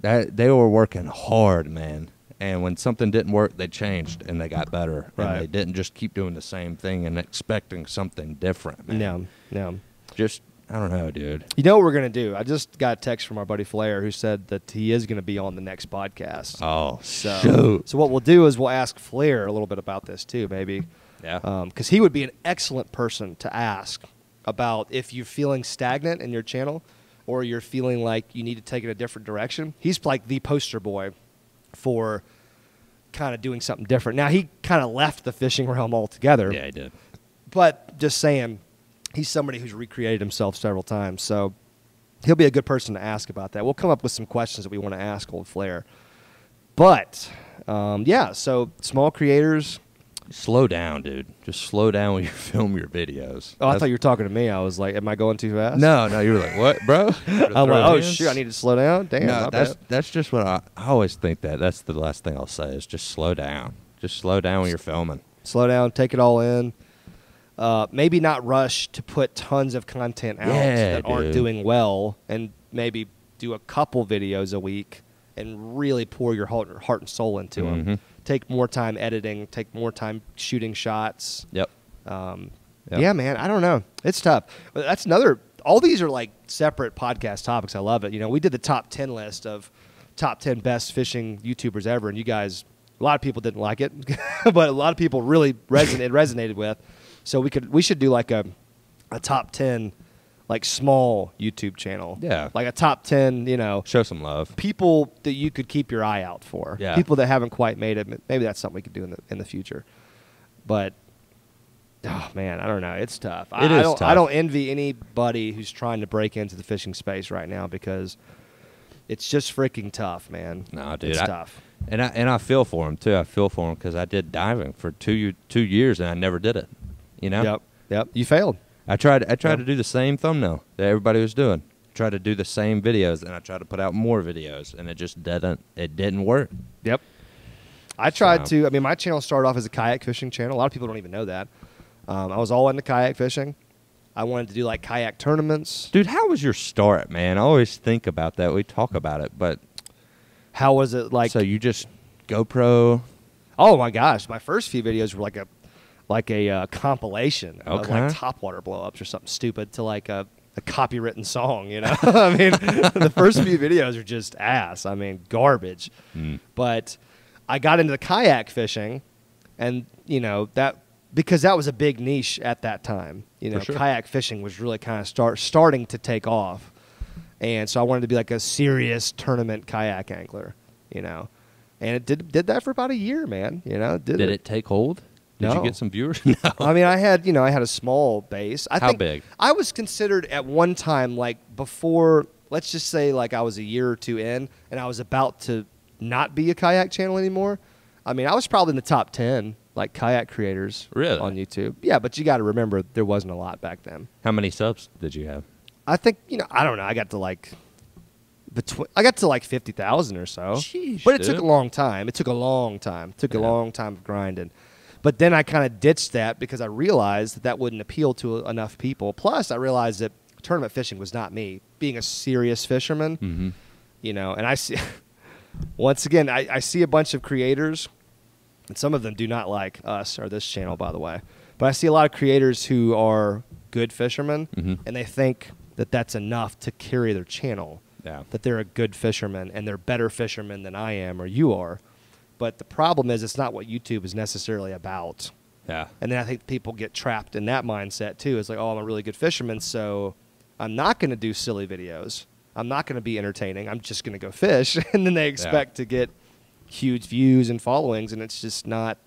that they were working hard, man. And when something didn't work, they changed and they got better.
Right.
And they didn't just keep doing the same thing and expecting something different. Man.
No, no.
Just, I don't know, dude.
You know what we're gonna do? I just got a text from our buddy Flair who said that he is gonna be on the next podcast.
Oh,
so,
shoot.
so what we'll do is we'll ask Flair a little bit about this too, maybe.
Yeah.
Because he would be an excellent person to ask about if you're feeling stagnant in your channel, or you're feeling like you need to take it a different direction. He's like the poster boy for kind of doing something different. Now he kind of left the fishing realm altogether.
yeah, I did.
But just saying, he's somebody who's recreated himself several times. So he'll be a good person to ask about that. We'll come up with some questions that we want to ask Old Flair. But um, yeah, so small creators.
Slow down, dude. Just slow down when you film your videos.
Oh, I
That's-
thought you were talking to me. I was like, am I going too fast?
No, no, you were like, what, bro?
I'm like, oh, shoot, I need to slow down. Damn.
no,
my
that's
bad.
that's just what I, I always think that that's the last thing I'll say is just slow down. Just slow down when you're filming.
Slow down, take it all in. Uh, maybe not rush to put tons of content out
Yeah,
that aren't
dude.
doing well, and maybe do a couple videos a week and really pour your heart, heart and soul into them.
Mhm.
Take more time editing, take more time shooting shots.
Yep.
Um,
Yep.
Yeah, man, I don't know. It's tough. But that's another. All these are like separate podcast topics. I love it. You know, we did the top ten list of top ten best fishing YouTubers ever, and you guys, a lot of people didn't like it, but a lot of people really resonated resonated with. So we could we should do like a a top ten like small YouTube channel.
Yeah.
like a top ten. You know,
Show some love.
people that you could keep your eye out for.
Yeah.
People that haven't quite made it. Maybe that's something we could do in the in the future. But oh man, I don't know. It's tough. I,
It
I
is
don't I
tough.
don't envy anybody who's trying to break into the fishing space right now because it's just freaking tough, man.
No, dude,
It's
I-
tough.
And I and I feel for him too. I feel for him because I did diving for two ye- two years and I never did it. You know.
Yep. Yep. You failed.
I tried I tried
Yeah.
to do the same thumbnail that everybody was doing. tried to do the same videos and I tried to put out more videos and it just didn't it didn't work.
Yep. I tried
So-
to. I mean, my channel started off as a kayak fishing channel. A lot of people don't even know that. Um, I was all into kayak fishing. I wanted to do like kayak tournaments.
Dude, how was your start, man? I always think about that. We talk about it, but
How was it like?
like so you just GoPro.
Oh my gosh, my first few videos were like a like a uh, compilation of like
Okay.
topwater blowups or something stupid to like a, a copywritten song, you know. I mean, the first few videos are just ass. I mean, garbage.
Hmm.
But I got into the kayak fishing, and you know that because that was a big niche at that time. You
For
know,
sure.
kayak fishing was really kind of start starting to take off, and so I wanted to be like a serious tournament kayak angler. You know. And it did did that for about a year, man. You know, did,
Did it take hold? Did
No.
you get some viewers? no.
I mean, I had you know, I had a small base. I
How
think
big?
I was considered at one time, like before. Let's just say, like I was a year or two in, and I was about to not be a kayak channel anymore. I mean, I was probably in the top ten, like kayak creators,
Really?
on YouTube. Yeah, but you got to remember there wasn't a lot back then.
How many subs did you have?
I think you know, I don't know. I got to like between, I got to like fifty thousand or so.
Sheesh,
but it took
dude.
a long time. It took a long time. It took a
Yeah.
long time of grinding. But then I kind of ditched that because I realized that that wouldn't appeal to enough people. Plus, I realized that tournament fishing was not me. Being a serious fisherman,
Mhm.
you know, and I see. Once again, I, I see a bunch of creators, and some of them do not like us or this channel, by the way. But I see a lot of creators who are good fishermen,
Mhm.
and they think that that's enough to carry their channel.
Yeah.
That they're a good fisherman and they're better fishermen than I am or you are. But the problem is, it's not what YouTube is necessarily about.
Yeah.
And then I think people get trapped in that mindset too. It's like, oh, I'm a really good fisherman, so I'm not going to do silly videos. I'm not going to be entertaining. I'm just going to go fish. And then they expect to get huge views and followings, and it's just not.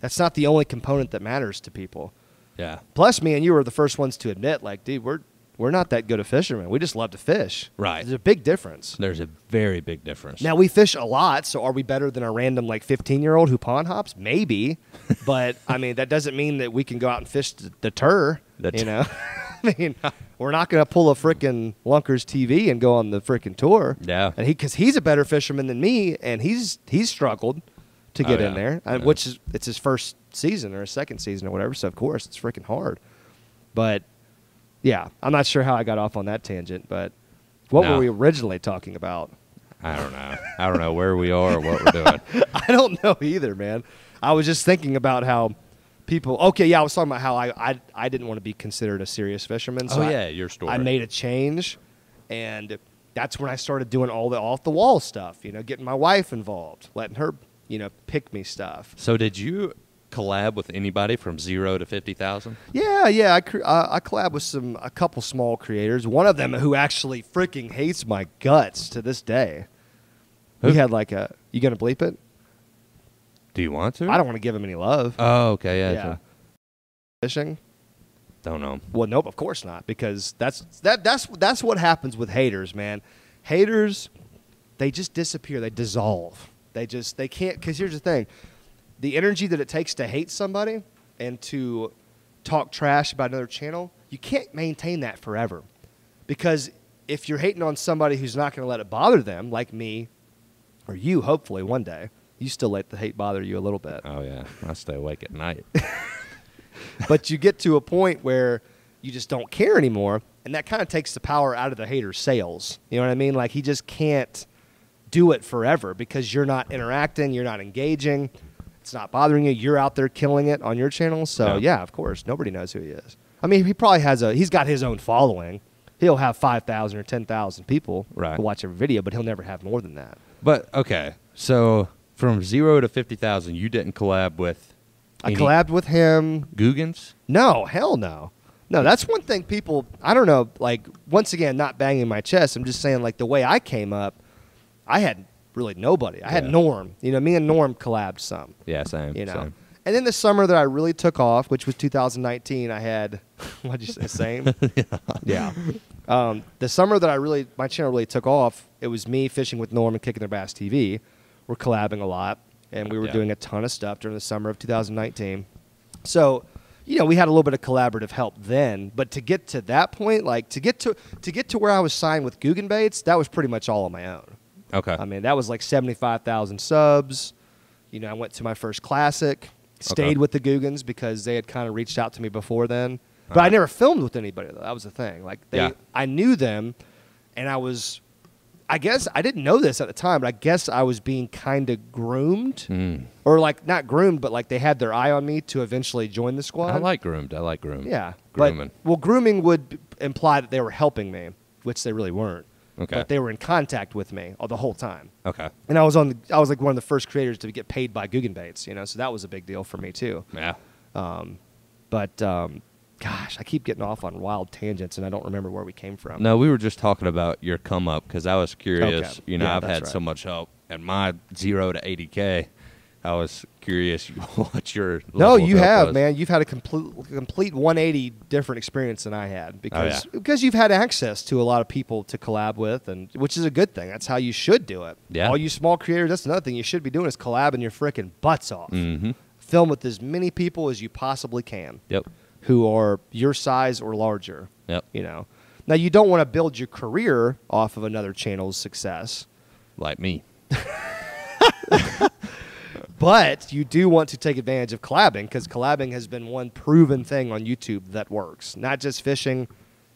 That's not the only component that matters to people.
Yeah.
Plus, me and you were the first ones to admit, like, dude, we're we're not that good of fishermen. We just love to fish.
Right.
There's a big difference.
There's a very big difference.
Now we fish a lot, so are we better than a random like 15 year old who pond hops? Maybe, but I mean that doesn't mean that we can go out and fish the, the tur.
The
you
tur-
know, I mean we're not going to pull a frickin' Lunkers TV and go on the frickin' tour.
Yeah.
and he because he's a better fisherman than me, and he's he's struggled to
Oh,
get in
yeah.
there, uh,
Yeah.
which is it's his first season or his second season or whatever. So of course it's frickin' hard, but yeah, I'm not sure how I got off on that tangent, but what
No.
were we originally talking about?
I don't know. I don't know where we are or what we're doing.
I don't know either, man. I was just thinking about how people. Okay, yeah, I was talking about how I I, I didn't want to be considered a serious fisherman. So
oh
I-
yeah, your story.
I made a change, and that's when I started doing all the off the wall stuff. You know, getting my wife involved, letting her you know pick me stuff.
So did you collab with anybody from zero to fifty thousand?
Yeah, yeah. I cr- I, I collab with some a couple small creators. One of them who actually freaking hates my guts to this day. We
Who?
had like a. You gonna bleep it?
Do you want to?
I don't want to give him any love.
Oh okay, yeah.
Yeah.
so-
Fishing?
Don't know.
Well, nope. Of course not, because that's that that's that's what happens with haters, man. Haters, they just disappear. They dissolve. They just they can't. Because here's the thing: the energy that it takes to hate somebody and to talk trash about another channel, you can't maintain that forever. Because if you're hating on somebody who's not going to let it bother them, like me or you, hopefully one day, you still let the hate bother you a little bit
Oh yeah, I stay awake at night.
but you get to a point where you just don't care anymore and that kind of takes the power out of the hater's sales you know what i mean like he just can't do it forever because you're not interacting you're not engaging it's not bothering you you're out there killing it on your channel so
No.
yeah of course nobody knows who he is i mean he probably has a he's got his own following he'll have 5000 or 10000 people
Right.
who watch every video but he'll never have more than that
but okay, so from zero to fifty thousand, you didn't collab with.
i
any
collabed with him
Googans.
No, hell no. No, that's one thing people, I don't know, like, once again, not banging my chest. I'm just saying, like, the way I came up, I had really nobody. I had
Yeah.
Norm. You know, me and Norm collabed some,
Yeah, same.
you know.
same.
And then the summer that I really took off, which was 2019, I had, what'd you say, same? yeah. Um, the summer that I really, my channel really took off, it was me fishing with Norm and Kicking Their Bass TV. We're collabing a lot, and we were
Yeah.
doing a ton of stuff during the summer of 2019. So, you know, we had a little bit of collaborative help then, but to get to that point, like to get to to get to where I was signed with Guggenbaits, that was pretty much all on my own.
Okay.
I mean, that was like 75,000 subs. You know, I went to my first classic, stayed
Okay.
with the Googans because they had kind of reached out to me before then. But I
Uh-huh.
never filmed with anybody, though. That was the thing. Like, they,
Yeah.
I knew them, and I was, I guess, I didn't know this at the time, but I guess I was being kind of groomed.
Mm.
Or, like, not groomed, but like they had their eye on me to eventually join the squad.
I like groomed. I like groomed.
Yeah.
Grooming.
But, well, grooming would b- imply that they were helping me, which they really weren't.
Okay.
But they were in contact with me all the whole time
okay.
and I was on the, I was like one of the first creators to get paid by Guggenbaits, you know, so that was a big deal for me too.
Yeah.
But um, gosh, I keep getting off on wild tangents and I don't remember where we came from.
No, we were just talking about your come up because I was curious.
Okay.
You know,
Yeah,
I've
that's
had so
right.
much help at my zero to eighty k. I was curious what your
No,
level of
you
help
have,
was.
man. You've had a complete complete 180 different experience than I had because
Oh, yeah.
because you've had access to a lot of people to collab with and which is a good thing. That's how you should do it.
Yeah.
All you small creators, that's another thing you should be doing is collabing your freaking butts off.
Mhm.
Film with as many people as you possibly can.
Yep.
who are your size or larger.
Yep.
You know. Now you don't want to build your career off of another channel's success,
Like me.
but you do want to take advantage of collabing because collabing has been one proven thing on YouTube that works. Not just fishing,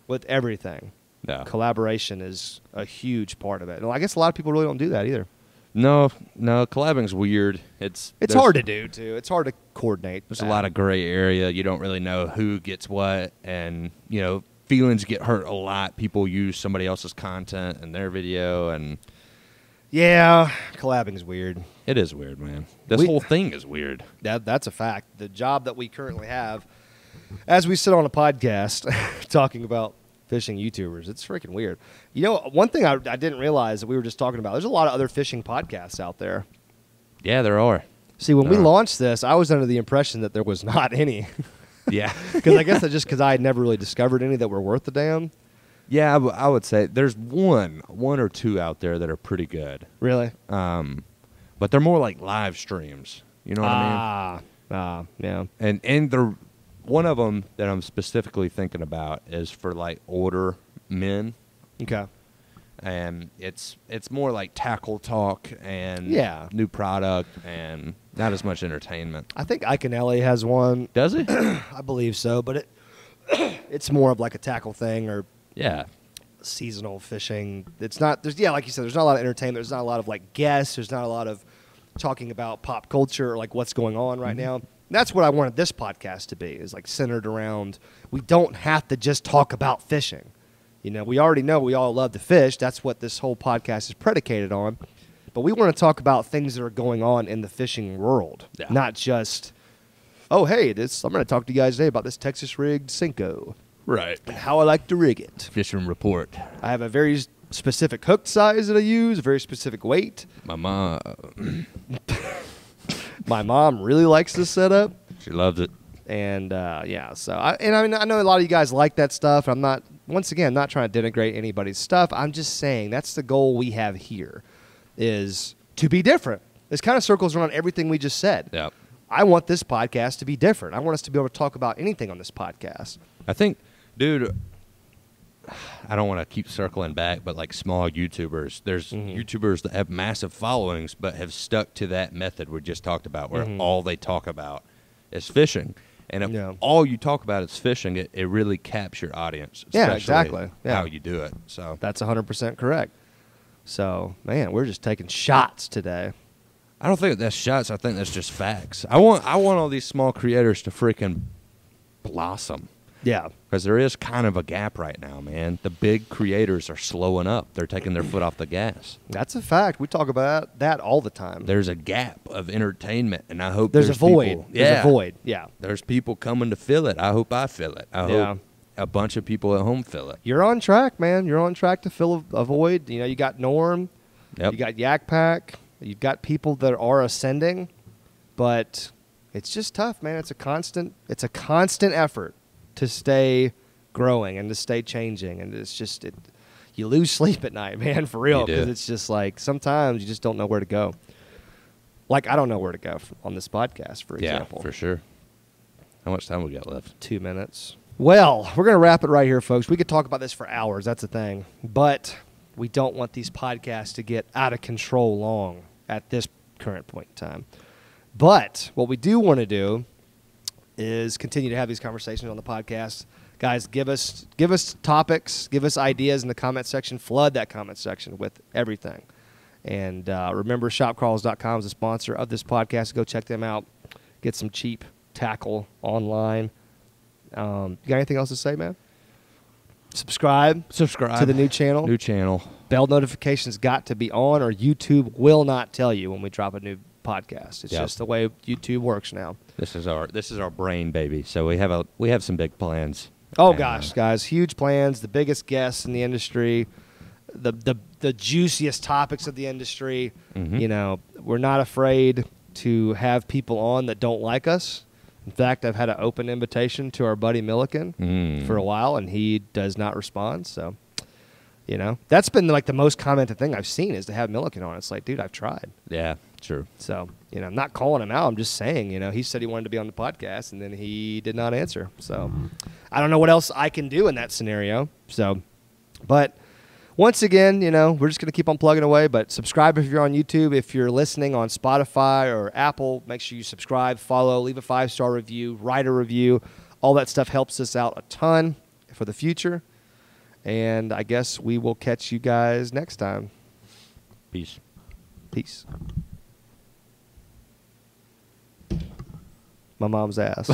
with everything.
Yeah.
Collaboration is a huge part of it. And I guess a lot of people really don't do that either.
No, no, collabing's weird. It's
It's
there's-
hard to do too. It's hard to coordinate.
There's a lot of gray area. You don't really know who gets what, and you know feelings get hurt a lot. People use somebody else's content in their video, and
Yeah, collabing is weird.
it is weird, man. This
We-
whole thing is weird.
That, that's a fact. The job that we currently have, as we sit on a podcast talking about fishing YouTubers, it's freaking weird. You know, one thing I, I didn't realize that we were just talking about, there's a lot of other fishing podcasts out there.
Yeah, there are.
See, when we
Uh.
launched this, I was under the impression that there was not any.
Yeah,
Because I guess that's just because I had never really discovered any that were worth a damn.
yeah. I, w- I would say there's one, one or two out there that are pretty good,
Really?
but they're more like live streams. You know what I mean?
Ah, ah, yeah.
and and the one of them that I'm specifically thinking about is for like older men,
Okay.
and it's it's more like tackle talk and
Yeah.
new product and not as much entertainment.
I think Iconelli has one.
Does it?
I believe so, but it it's more of like a tackle thing or
yeah,
seasonal fishing. It's not there's yeah, like you said, there's not a lot of entertainment. There's not a lot of like guests. There's not a lot of talking about pop culture or like what's going on right now. And that's what I wanted this podcast to be is like centered around. We don't have to just talk about fishing. You know, we already know we all love to fish. That's what this whole podcast is predicated on. But we want to talk about things that are going on in the fishing world,
Yeah.
not just. Oh hey, this I'm going to talk to you guys today about this Texas rigged Cinco
Right.
and how I like to rig it.
Fishing report.
I have a very s- specific hook size that I use, a very specific weight.
My mom,
My mom really likes this setup,
she loves it.
and uh, yeah. So, I, and I mean, I know a lot of you guys like that stuff. I'm not, once again, not trying to denigrate anybody's stuff. I'm just saying that's the goal we have here, is to be different. This kind of circles around everything we just said.
Yeah.
I want this podcast to be different. I want us to be able to talk about anything on this podcast.
I think, dude, I don't want to keep circling back, but like small YouTubers, there's
Mm-hmm.
YouTubers that have massive followings but have stuck to that method we just talked about, where all they talk about is fishing. And if
Mm-hmm. Yeah.
all you talk about is fishing, it, it really caps your audience.
Yeah,
especially
exactly. Yeah.
How you do it. So
That's 100% correct. So, man, we're just taking shots today.
I don't think that's shots. I think that's just facts. I want I want all these small creators to freaking blossom.
Yeah.
because there is kind of a gap right now, man. The big creators are slowing up; they're taking their foot off the gas.
That's a fact. We talk about that all the time.
There's a gap of entertainment, and I hope
there's,
there's,
a void.
people-
There's a void. Yeah.
There's people coming to fill it. I hope I fill it. I
Yeah.
hope a bunch of people at home fill it.
You're on track, man. You're on track to fill a, a void. You know, you got Norm,
Yep.
you got Yak Pack, you've got people that are ascending, but it's just tough, man. It's a constant it's a constant effort to stay growing and to stay changing and it's just it you lose sleep at night, man, for real,
You do.
because it's just like sometimes you just don't know where to go. Like I don't know where to go f- on this podcast, for
yeah,
example.
for sure. How much time we got left?
two minutes. Well, we're going to wrap it right here, folks. We could talk about this for hours. That's the thing. But we don't want these podcasts to get out of control long at this current point in time. But what we do want to do is continue to have these conversations on the podcast. Guys, give us give us topics, give us ideas in the comment section. Flood that comment section with everything. And uh, remember, shopcrawls.com is the sponsor of this podcast. Go check them out. Get some cheap tackle online. Um, you got anything else to say, man? Subscribe
Subscribe
to the new channel.
New channel.
Bell notifications got to be on, or YouTube will not tell you when we drop a new podcast. It's
Yep.
just the way YouTube works now.
This is our this is our brain baby. So we have a we have some big plans.
Oh
And,
gosh, guys, huge plans, the biggest guests in the industry, the the the juiciest topics of the industry.
Mhm.
You know, we're not afraid to have people on that don't like us. In fact, I've had an open invitation to our buddy Milliken
Mm.
for a while and he does not respond, so you know, that's been like the most commented thing I've seen is to have Milliken on. It's like, dude, I've tried.
Yeah, true.
So, you know, I'm not calling him out. I'm just saying, you know, he said he wanted to be on the podcast and then he did not answer. So I don't know what else I can do in that scenario. So, but once again, you know, we're just going to keep on plugging away. But subscribe if you're on YouTube. If you're listening on Spotify or Apple, make sure you subscribe, follow, leave a five star review, write a review. All that stuff helps us out a ton for the future. And I guess we will catch you guys next time.
Peace.
Peace. My mom's ass.